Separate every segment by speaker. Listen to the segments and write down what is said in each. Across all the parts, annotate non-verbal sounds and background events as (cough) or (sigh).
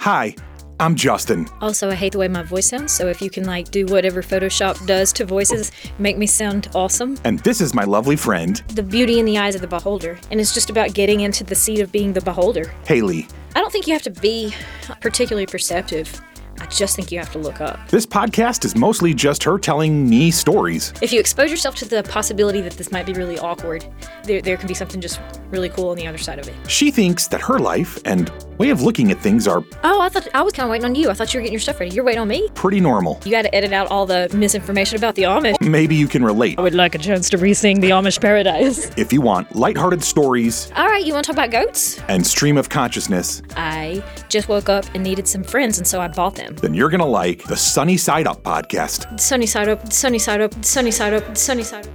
Speaker 1: Hi, I'm Justin.
Speaker 2: Also, I hate the way my voice sounds, so if you can like do whatever Photoshop does to voices, make me sound awesome.
Speaker 1: And this is my lovely friend,
Speaker 2: The beauty in the eyes of the beholder, and it's just about getting into the seat of being the beholder.
Speaker 1: Haley.
Speaker 2: I don't think you have to be particularly perceptive. I just think you have to look up.
Speaker 1: This podcast is mostly just her telling me stories.
Speaker 2: If you expose yourself to the possibility that this might be really awkward, there, there could be something just really cool on the other side of it.
Speaker 1: She thinks that her life and way of looking at things are
Speaker 2: Oh, I thought I was kind of waiting on you. I thought you were getting your stuff ready. You're waiting on me?
Speaker 1: pretty normal.
Speaker 2: You got to edit out all the misinformation about the Amish.
Speaker 1: Maybe you can relate
Speaker 2: I would like a chance to re sing the Amish Paradise.
Speaker 1: if you want lighthearted stories
Speaker 2: All right, you want to talk about goats?
Speaker 1: and stream of consciousness.
Speaker 2: I just woke up and needed some friends, and so I bought them.
Speaker 1: Then you're going to like the Sunny Side Up podcast.
Speaker 2: Sunny side up, sunny side up, sunny side up, sunny side up.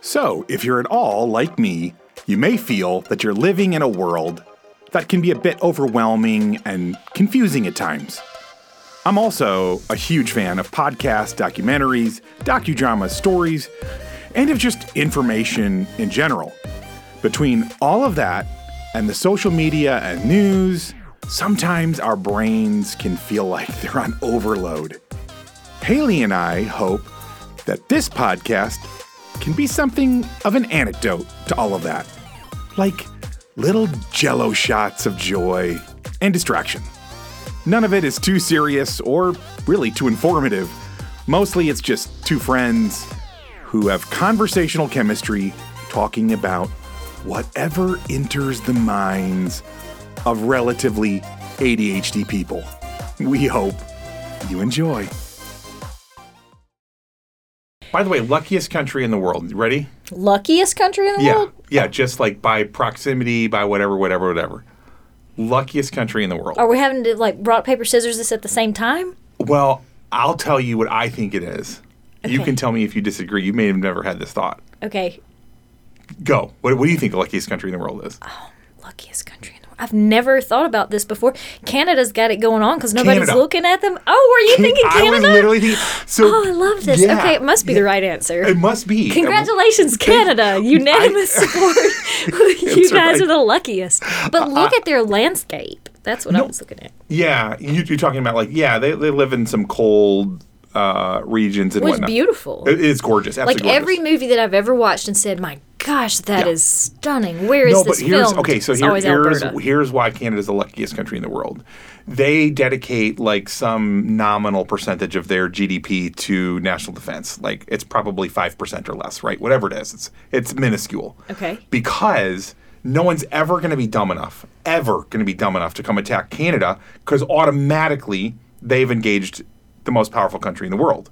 Speaker 1: So, if you're at all like me, you may feel that you're living in a world that can be a bit overwhelming and confusing at times. I'm also a huge fan of podcasts, documentaries, docudramas, stories, and of just information in general. Between all of that and the social media and news, sometimes our brains can feel like they're on overload. Haley and I hope that this podcast can be something of an antidote to all of that, like little jello shots of joy and distraction. None of it is too serious or really too informative. Mostly it's just two friends who have conversational chemistry talking about whatever enters the minds of relatively ADHD people. We hope you enjoy. By the way, luckiest country in the world. Ready?
Speaker 2: Luckiest country in the
Speaker 1: Yeah.
Speaker 2: world?
Speaker 1: Yeah, just like by proximity, by whatever, whatever, whatever. Luckiest country in the world.
Speaker 2: Are we having to like rock, paper, scissors this at the same time?
Speaker 1: Well, I'll tell you what I think it is. You
Speaker 2: Okay.
Speaker 1: can tell me if you disagree. You may have never had this thought.
Speaker 2: Okay,
Speaker 1: Go. What, what do you think the luckiest country in the world is?
Speaker 2: luckiest country in the world. I've never thought about this before. Canada's got it going on because nobody's
Speaker 1: Canada.
Speaker 2: looking at them. Oh, were you thinking
Speaker 1: I was
Speaker 2: Canada?
Speaker 1: literally thinking. So,
Speaker 2: oh, I love this.
Speaker 1: yeah,
Speaker 2: okay, it must be the right answer.
Speaker 1: It must be.
Speaker 2: Congratulations, Canada! Unanimous
Speaker 1: (laughs)
Speaker 2: support. (laughs) you guys
Speaker 1: right.
Speaker 2: are the luckiest. But look at their landscape. That's what I was looking at.
Speaker 1: Yeah, you, you're talking about like yeah, they, they live in some cold uh, regions and
Speaker 2: It was
Speaker 1: whatnot.
Speaker 2: beautiful.
Speaker 1: It is gorgeous.
Speaker 2: like
Speaker 1: Absolutely gorgeous.
Speaker 2: every movie that I've ever watched and said, "My gosh, that is
Speaker 1: Yeah.
Speaker 2: stunning." Where is
Speaker 1: no,
Speaker 2: this
Speaker 1: but here's
Speaker 2: filmed?
Speaker 1: okay. So
Speaker 2: It's
Speaker 1: here,
Speaker 2: always
Speaker 1: here's
Speaker 2: Alberta.
Speaker 1: here's why Canada's the luckiest country in the world. They dedicate like some nominal percentage of their GDP to national defense. Like it's probably five percent or less, right? Whatever it is, it's it's minuscule.
Speaker 2: Okay.
Speaker 1: Because no one's ever going to be dumb enough, ever going to be dumb enough to come attack Canada, because automatically they've engaged the most powerful country in the world.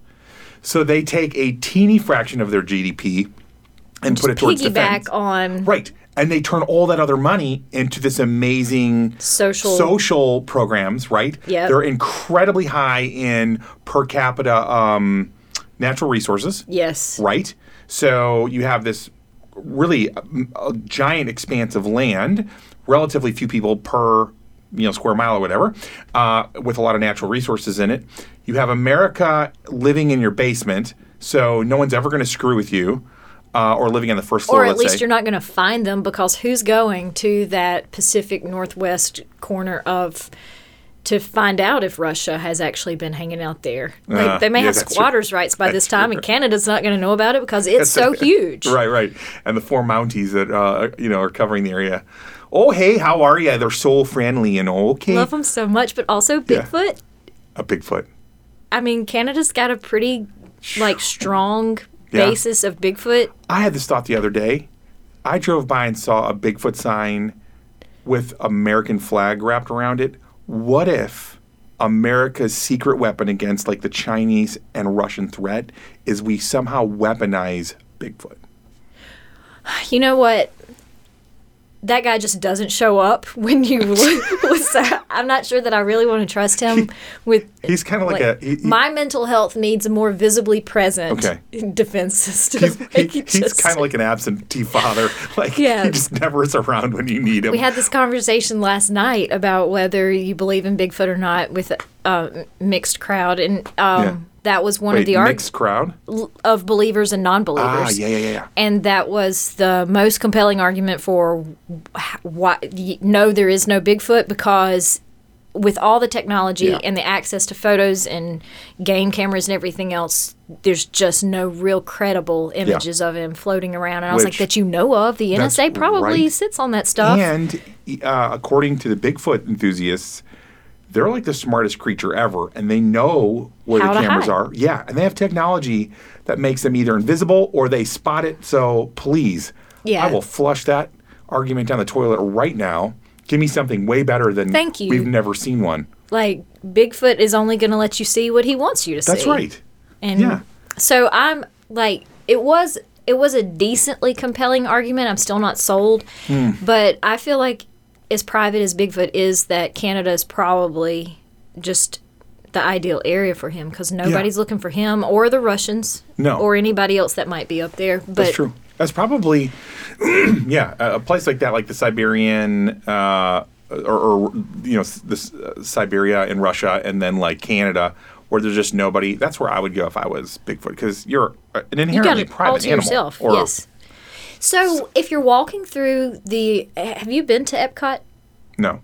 Speaker 1: So they take a teeny fraction of their GDP and put it towards defense.
Speaker 2: Piggyback on
Speaker 1: Right. And they turn all that other money into this amazing
Speaker 2: Social-
Speaker 1: social programs, right?
Speaker 2: Yep.
Speaker 1: They're incredibly high in per capita um, natural resources.
Speaker 2: yes,
Speaker 1: Right. So you have this really um, a giant expanse of land, relatively few people per you know square mile or whatever, uh, with a lot of natural resources in it. You have America living in your basement, so no one's ever going to screw with you. Uh, or living on the first floor,
Speaker 2: or at
Speaker 1: let's
Speaker 2: least
Speaker 1: say.
Speaker 2: you're not going to find them because who's going to that Pacific Northwest corner of to find out if Russia has actually been hanging out there? Like,
Speaker 1: Uh,
Speaker 2: they may
Speaker 1: yeah,
Speaker 2: have
Speaker 1: that's true.
Speaker 2: squatters' rights by this time, and Canada's not going to know about it because it's so
Speaker 1: (laughs)
Speaker 2: huge.
Speaker 1: Right, right. And the four Mounties that uh, you know are covering the area. Oh, hey, how are you? They're so friendly and okay.
Speaker 2: Love them so much, but also Bigfoot.
Speaker 1: A Bigfoot.
Speaker 2: I mean, Canada's got a pretty
Speaker 1: (sighs)
Speaker 2: like strong
Speaker 1: Yeah.
Speaker 2: basis of Bigfoot.
Speaker 1: I had this thought the other day. I drove by and saw a Bigfoot sign with American flag wrapped around it. What if America's secret weapon against like the Chinese and Russian threat is we somehow weaponize Bigfoot?
Speaker 2: You know what? That guy just doesn't show up (laughs)
Speaker 1: (laughs)
Speaker 2: when you look. so I'm not sure that I really want to trust him
Speaker 1: (laughs)
Speaker 2: with.
Speaker 1: He's kind of like,
Speaker 2: like,
Speaker 1: a he- he-
Speaker 2: my mental health needs a more visibly present (laughs)
Speaker 1: Okay.
Speaker 2: defense system.
Speaker 1: He's, he-
Speaker 2: (laughs) Like, it
Speaker 1: he's
Speaker 2: just-
Speaker 1: kind of like an absentee father. (laughs) Like
Speaker 2: Yeah.
Speaker 1: he just never is around when you need him.
Speaker 2: we had this conversation last night uh, about whether you believe in Bigfoot or not with a um, mixed crowd, and um, That was one
Speaker 1: Wait,
Speaker 2: of the arcs
Speaker 1: mixed crowd?
Speaker 2: of believers and non-believers.
Speaker 1: Ah, yeah, yeah, yeah, yeah.
Speaker 2: And that was the most compelling argument for wh- why y- no, there is no Bigfoot because with all the technology
Speaker 1: Yeah.
Speaker 2: and the access to photos and game cameras and everything else, there's just no real credible images of him floating around. And I was
Speaker 1: Which-
Speaker 2: like, that you know of, the
Speaker 1: That's
Speaker 2: NSA probably
Speaker 1: right.
Speaker 2: sits on that stuff.
Speaker 1: And uh, according to the Bigfoot enthusiasts, they're like the smartest creature ever, and they know where
Speaker 2: How
Speaker 1: the
Speaker 2: to
Speaker 1: cameras
Speaker 2: hide.
Speaker 1: are. Yeah, and they have technology that makes them either invisible or they spot it. So please,
Speaker 2: Yeah.
Speaker 1: I will flush that argument down the toilet right now. Give me something way better than
Speaker 2: Thank you.
Speaker 1: we've never seen one.
Speaker 2: Like Bigfoot is only going to let you see what he wants you to
Speaker 1: That's
Speaker 2: see.
Speaker 1: right.
Speaker 2: And
Speaker 1: Yeah.
Speaker 2: so I'm like it was it was a decently compelling argument. I'm still not sold,
Speaker 1: Hmm.
Speaker 2: but I feel like as private as Bigfoot is that Canada is probably just the ideal area for him cuz nobody's looking for him or the Russians
Speaker 1: No.
Speaker 2: or anybody else that might be up there. But
Speaker 1: That's true. That's probably, (clears throat) yeah, a a place like that, like the Siberian, uh, or, or you know, s- this uh, Siberia in Russia, and then like Canada, where there's just nobody. That's where I would go if I was Bigfoot, because you're uh, an
Speaker 2: you got
Speaker 1: inherently
Speaker 2: it
Speaker 1: private
Speaker 2: all to
Speaker 1: animal.
Speaker 2: yourself.
Speaker 1: or-
Speaker 2: yes. So if you're walking through the have you been to Epcot?
Speaker 1: No.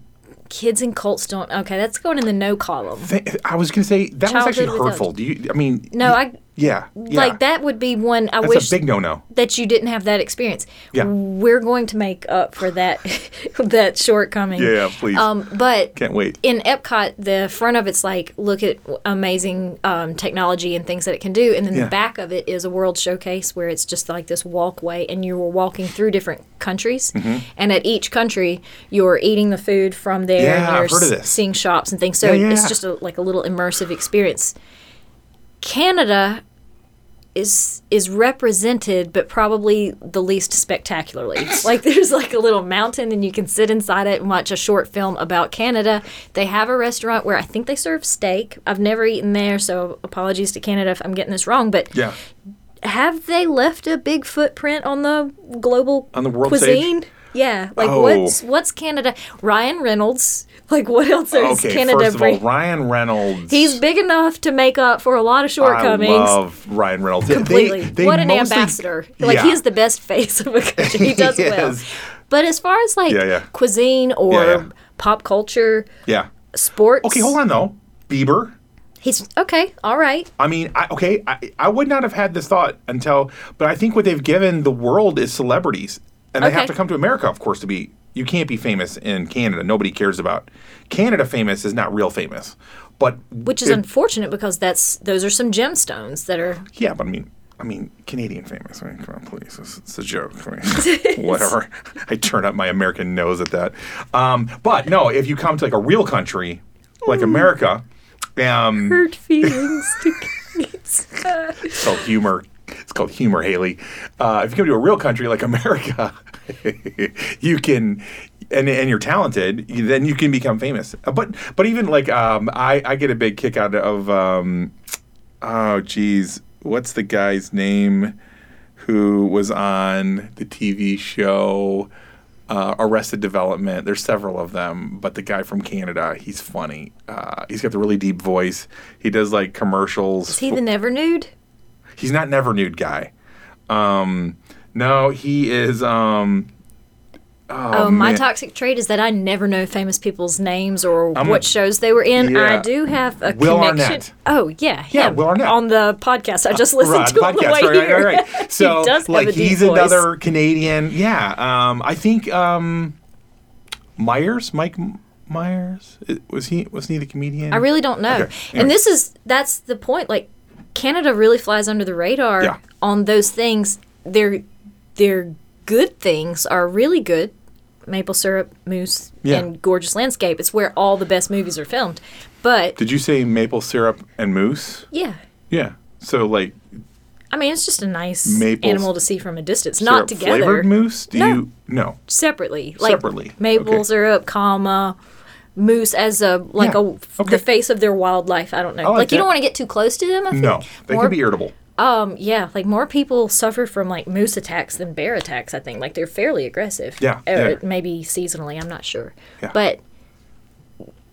Speaker 2: Kids and cults don't. Okay, that's going in the no column.
Speaker 1: Th- I was gonna say that was
Speaker 2: Childhood
Speaker 1: actually
Speaker 2: without-
Speaker 1: hurtful. Do you? I mean,
Speaker 2: No, I
Speaker 1: yeah, yeah.
Speaker 2: Like that would be one I
Speaker 1: That's
Speaker 2: wish
Speaker 1: a big no-no.
Speaker 2: that you didn't have that experience.
Speaker 1: Yeah.
Speaker 2: We're going to make up for that (laughs) that shortcoming.
Speaker 1: Yeah, please.
Speaker 2: Um but
Speaker 1: Can't wait.
Speaker 2: in Epcot, the front of it's like look at amazing um, technology and things that it can do, and then
Speaker 1: Yeah.
Speaker 2: the back of it is a world showcase where it's just like this walkway, and you were walking through different countries,
Speaker 1: Mm-hmm.
Speaker 2: and at each country you're eating the food from there,
Speaker 1: Yeah,
Speaker 2: and you're
Speaker 1: I've heard of
Speaker 2: s-
Speaker 1: this.
Speaker 2: seeing shops and things. So
Speaker 1: Yeah, yeah,
Speaker 2: it's
Speaker 1: yeah.
Speaker 2: just a, like a little immersive experience. Canada is is represented but probably the
Speaker 1: (laughs)
Speaker 2: least spectacularly like there's like a little mountain and you can sit inside it and watch a short film about canada they have a restaurant where i think they serve steak i've never eaten there so apologies to canada if i'm getting this wrong but
Speaker 1: Yeah.
Speaker 2: have they left a big footprint on the global
Speaker 1: On the world
Speaker 2: cuisine yeah like
Speaker 1: Oh.
Speaker 2: what's what's canada ryan reynolds like what else is
Speaker 1: Okay.
Speaker 2: canada
Speaker 1: first of all,
Speaker 2: bring-
Speaker 1: Ryan Reynolds.
Speaker 2: he's big enough to make up for a lot of
Speaker 1: I
Speaker 2: shortcomings
Speaker 1: love Ryan Reynolds. They- they-
Speaker 2: completely.
Speaker 1: they
Speaker 2: what an
Speaker 1: mostly-
Speaker 2: ambassador! Like
Speaker 1: Yeah.
Speaker 2: he is the best
Speaker 1: (laughs)
Speaker 2: face of a country. He does
Speaker 1: He
Speaker 2: well.
Speaker 1: is.
Speaker 2: But as far as like
Speaker 1: Yeah, yeah.
Speaker 2: cuisine or
Speaker 1: Yeah, yeah.
Speaker 2: pop culture,
Speaker 1: Yeah.
Speaker 2: sports.
Speaker 1: Okay, hold on though. Bieber.
Speaker 2: He's okay. All right.
Speaker 1: I mean, I, okay, I, I would not have had this thought until, but I think what they've given the world is celebrities, and they
Speaker 2: Okay.
Speaker 1: have to come to America, of course, to be. You can't be famous in Canada. Nobody cares about Canada. Famous is not real famous, but
Speaker 2: Which is
Speaker 1: it-
Speaker 2: unfortunate because that's those are some gemstones
Speaker 1: (laughs)
Speaker 2: that are.
Speaker 1: yeah. But I mean, I mean, Canadian famous. I mean, come on, please, it's, it's a joke. I mean, (laughs) whatever.
Speaker 2: (laughs)
Speaker 1: I turn up my American nose at that. Um, but no, if you come to like a real country like America, um,
Speaker 2: Hurt feelings to (laughs) kids.
Speaker 1: It's called humor. It's called humor, Haley. Uh, if you come to a real country like America, (laughs) you can, and, and you're talented, you- then you can become famous. Uh, But but even like um, I I get a big kick out of um, oh geez, what's the guy's name who was on the TV show? Uh, Arrested Development. There's several of them, but the guy from Canada, he's funny. Uh, he's got the really deep voice. He does like commercials.
Speaker 2: Is he the never nude?
Speaker 1: He's not never nude guy. Um, no, he is. Um,
Speaker 2: Oh, my
Speaker 1: man.
Speaker 2: toxic trait is that I never know famous people's names or
Speaker 1: I'm-
Speaker 2: what shows they were in.
Speaker 1: Yeah.
Speaker 2: I do have a
Speaker 1: Will
Speaker 2: connection.
Speaker 1: Arnett.
Speaker 2: Oh yeah,
Speaker 1: Yeah,
Speaker 2: him.
Speaker 1: Will Arnett.
Speaker 2: on the podcast I just listened
Speaker 1: Rod
Speaker 2: to on the way
Speaker 1: right,
Speaker 2: here.
Speaker 1: right, right, right. So,
Speaker 2: (laughs) he does have
Speaker 1: like,
Speaker 2: a deep
Speaker 1: he's
Speaker 2: voice.
Speaker 1: another Canadian. Yeah. Um, I think um, Myers, Mike M- Myers, I- was he? Wasn't he the comedian?
Speaker 2: I really don't know.
Speaker 1: Okay, anyway.
Speaker 2: And this is that's the point. Like Canada really flies under the radar
Speaker 1: Yeah.
Speaker 2: on those things. Their their good things are really good. Maple syrup, moose,
Speaker 1: Yeah.
Speaker 2: and gorgeous landscape. It's where all the best movies are filmed. But
Speaker 1: Did you say maple syrup and moose?
Speaker 2: yeah.
Speaker 1: Yeah. So like
Speaker 2: I mean, it's just a nice
Speaker 1: Maple
Speaker 2: animal to see from a distance,
Speaker 1: syrup
Speaker 2: not together,
Speaker 1: flavored moose? Do
Speaker 2: No.
Speaker 1: you no?
Speaker 2: separately. Like
Speaker 1: Separately, okay.
Speaker 2: maple syrup, comma moose as a like
Speaker 1: Yeah,
Speaker 2: a
Speaker 1: okay.
Speaker 2: the face of their wildlife. I don't know.
Speaker 1: like
Speaker 2: like you
Speaker 1: that.
Speaker 2: don't want to get too close to them. I think.
Speaker 1: No. They
Speaker 2: More-
Speaker 1: could be irritable.
Speaker 2: Um, yeah, like more people suffer from like moose attacks than bear attacks. I think like they're fairly aggressive.
Speaker 1: Yeah,
Speaker 2: or
Speaker 1: yeah.
Speaker 2: maybe seasonally. I'm not sure,
Speaker 1: Yeah.
Speaker 2: but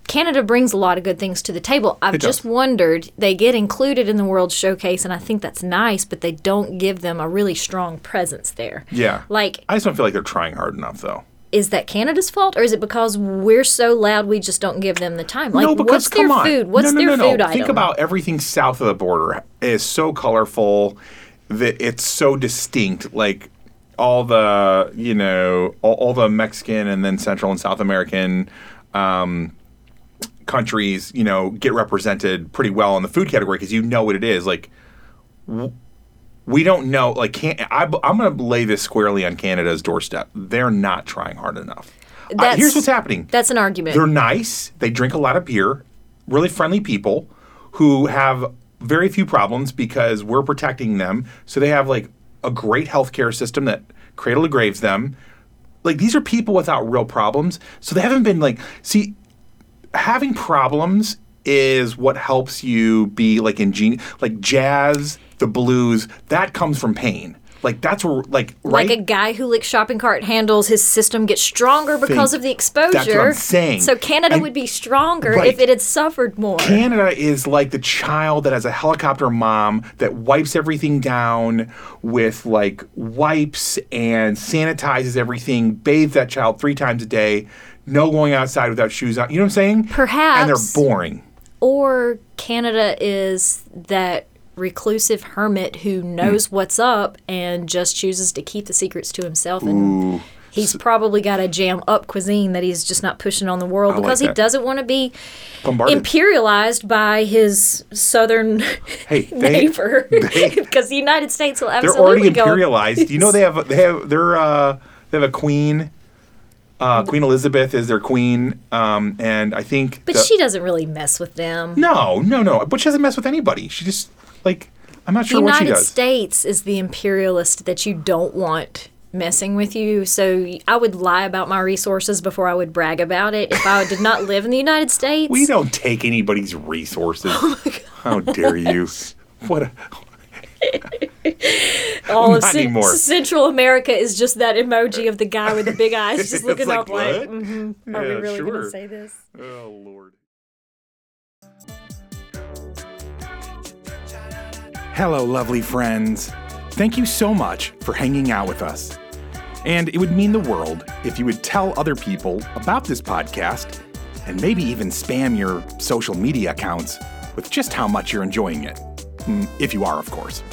Speaker 2: Canada brings a lot of good things to the table. I've
Speaker 1: It does.
Speaker 2: just wondered, they get included in the World Showcase, and I think that's nice, but they don't give them a really strong presence there.
Speaker 1: Yeah.
Speaker 2: Like,
Speaker 1: I just don't feel like they're trying hard enough, though.
Speaker 2: is that Canada's fault, or is it because we're so loud we just don't give them the time? Like,
Speaker 1: no, because
Speaker 2: what's
Speaker 1: come
Speaker 2: their
Speaker 1: on.
Speaker 2: food? What's
Speaker 1: no, no,
Speaker 2: their
Speaker 1: no, no.
Speaker 2: food item?
Speaker 1: Think about everything south of the border is so colorful that it's so distinct. Like all the you know all, all the Mexican and then Central and South American. Um, countries you know get represented pretty well in the food category because you know what it is like we don't know like can I, i'm going to lay this squarely on canada's doorstep they're not trying hard enough Uh,
Speaker 2: That's-
Speaker 1: here's what's happening
Speaker 2: That's an argument.
Speaker 1: they're nice. They drink a lot of beer. Really friendly people who have very few problems because we're protecting them. So they have like a great healthcare system that cradle to graves them. Like these are people without real problems. So they haven't been like see having problems is what helps you be like ingenious like jazz, the blues, that comes from pain. Like that's where like right
Speaker 2: Like a guy who licks shopping cart handles, his system gets stronger because
Speaker 1: Think-
Speaker 2: of the exposure.
Speaker 1: that's what I'm saying.
Speaker 2: So Canada
Speaker 1: And-
Speaker 2: would be stronger
Speaker 1: Right.
Speaker 2: if it had suffered more.
Speaker 1: Canada is like the child that has a helicopter mom that wipes everything down with like wipes and sanitizes everything, bathes that child three times a day, no going outside without shoes on. You know what I'm saying? And
Speaker 2: Perhaps.
Speaker 1: they're boring.
Speaker 2: or Canada is that reclusive hermit who
Speaker 1: Hmm.
Speaker 2: knows what's up and just chooses to keep the secrets to himself and he's probably got a jam up cuisine that he's just not pushing on the world
Speaker 1: like
Speaker 2: because he
Speaker 1: that.
Speaker 2: doesn't want to be
Speaker 1: Bombarded.
Speaker 2: imperialized by his southern
Speaker 1: Hey, they-
Speaker 2: (laughs) neighbor (laughs) because the United States will
Speaker 1: they're
Speaker 2: absolutely
Speaker 1: already
Speaker 2: go
Speaker 1: imperialized. you know they have they have they're uh, they have a queen. Uh,
Speaker 2: Mm.
Speaker 1: queen Elizabeth is their queen, um, and I think.
Speaker 2: But
Speaker 1: the-
Speaker 2: she doesn't really mess with them.
Speaker 1: No, no, no. But she doesn't mess with anybody. She just like I'm not
Speaker 2: the
Speaker 1: sure what she
Speaker 2: United
Speaker 1: does.
Speaker 2: States is the imperialist that you don't want messing with you. So I would lie about my resources before I would brag about it. If I
Speaker 1: (laughs)
Speaker 2: did not live in the United States,
Speaker 1: We don't take anybody's
Speaker 2: (laughs)
Speaker 1: resources.
Speaker 2: Oh
Speaker 1: How dare you? What? A,
Speaker 2: all of
Speaker 1: not
Speaker 2: Cen-
Speaker 1: anymore.
Speaker 2: Central America is just that emoji of the guy with the big
Speaker 1: (laughs)
Speaker 2: eyes
Speaker 1: It's
Speaker 2: just looking
Speaker 1: like,
Speaker 2: up like,
Speaker 1: what?
Speaker 2: "Mhm, are we
Speaker 1: Yeah,
Speaker 2: really going
Speaker 1: sure.
Speaker 2: to say this?
Speaker 1: oh Lord. Hello, lovely friends. Thank you so much for hanging out with us. And it would mean the world if you would tell other people about this podcast and maybe even spam your social media accounts with just how much you're enjoying it. Mm, If you are, of course.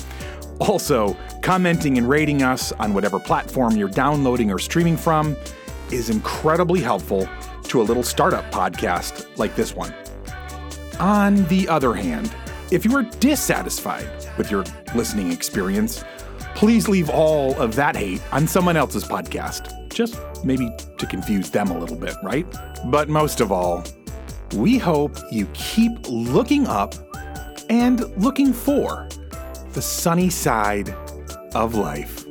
Speaker 1: Also, commenting and rating us on whatever platform you're downloading or streaming from is incredibly helpful to a little startup podcast like this one. On the other hand, if you are dissatisfied with your listening experience, please leave all of that hate on someone else's podcast. Just maybe to confuse them a little bit, right? But most of all, we hope you keep looking up and looking for the sunny side of life.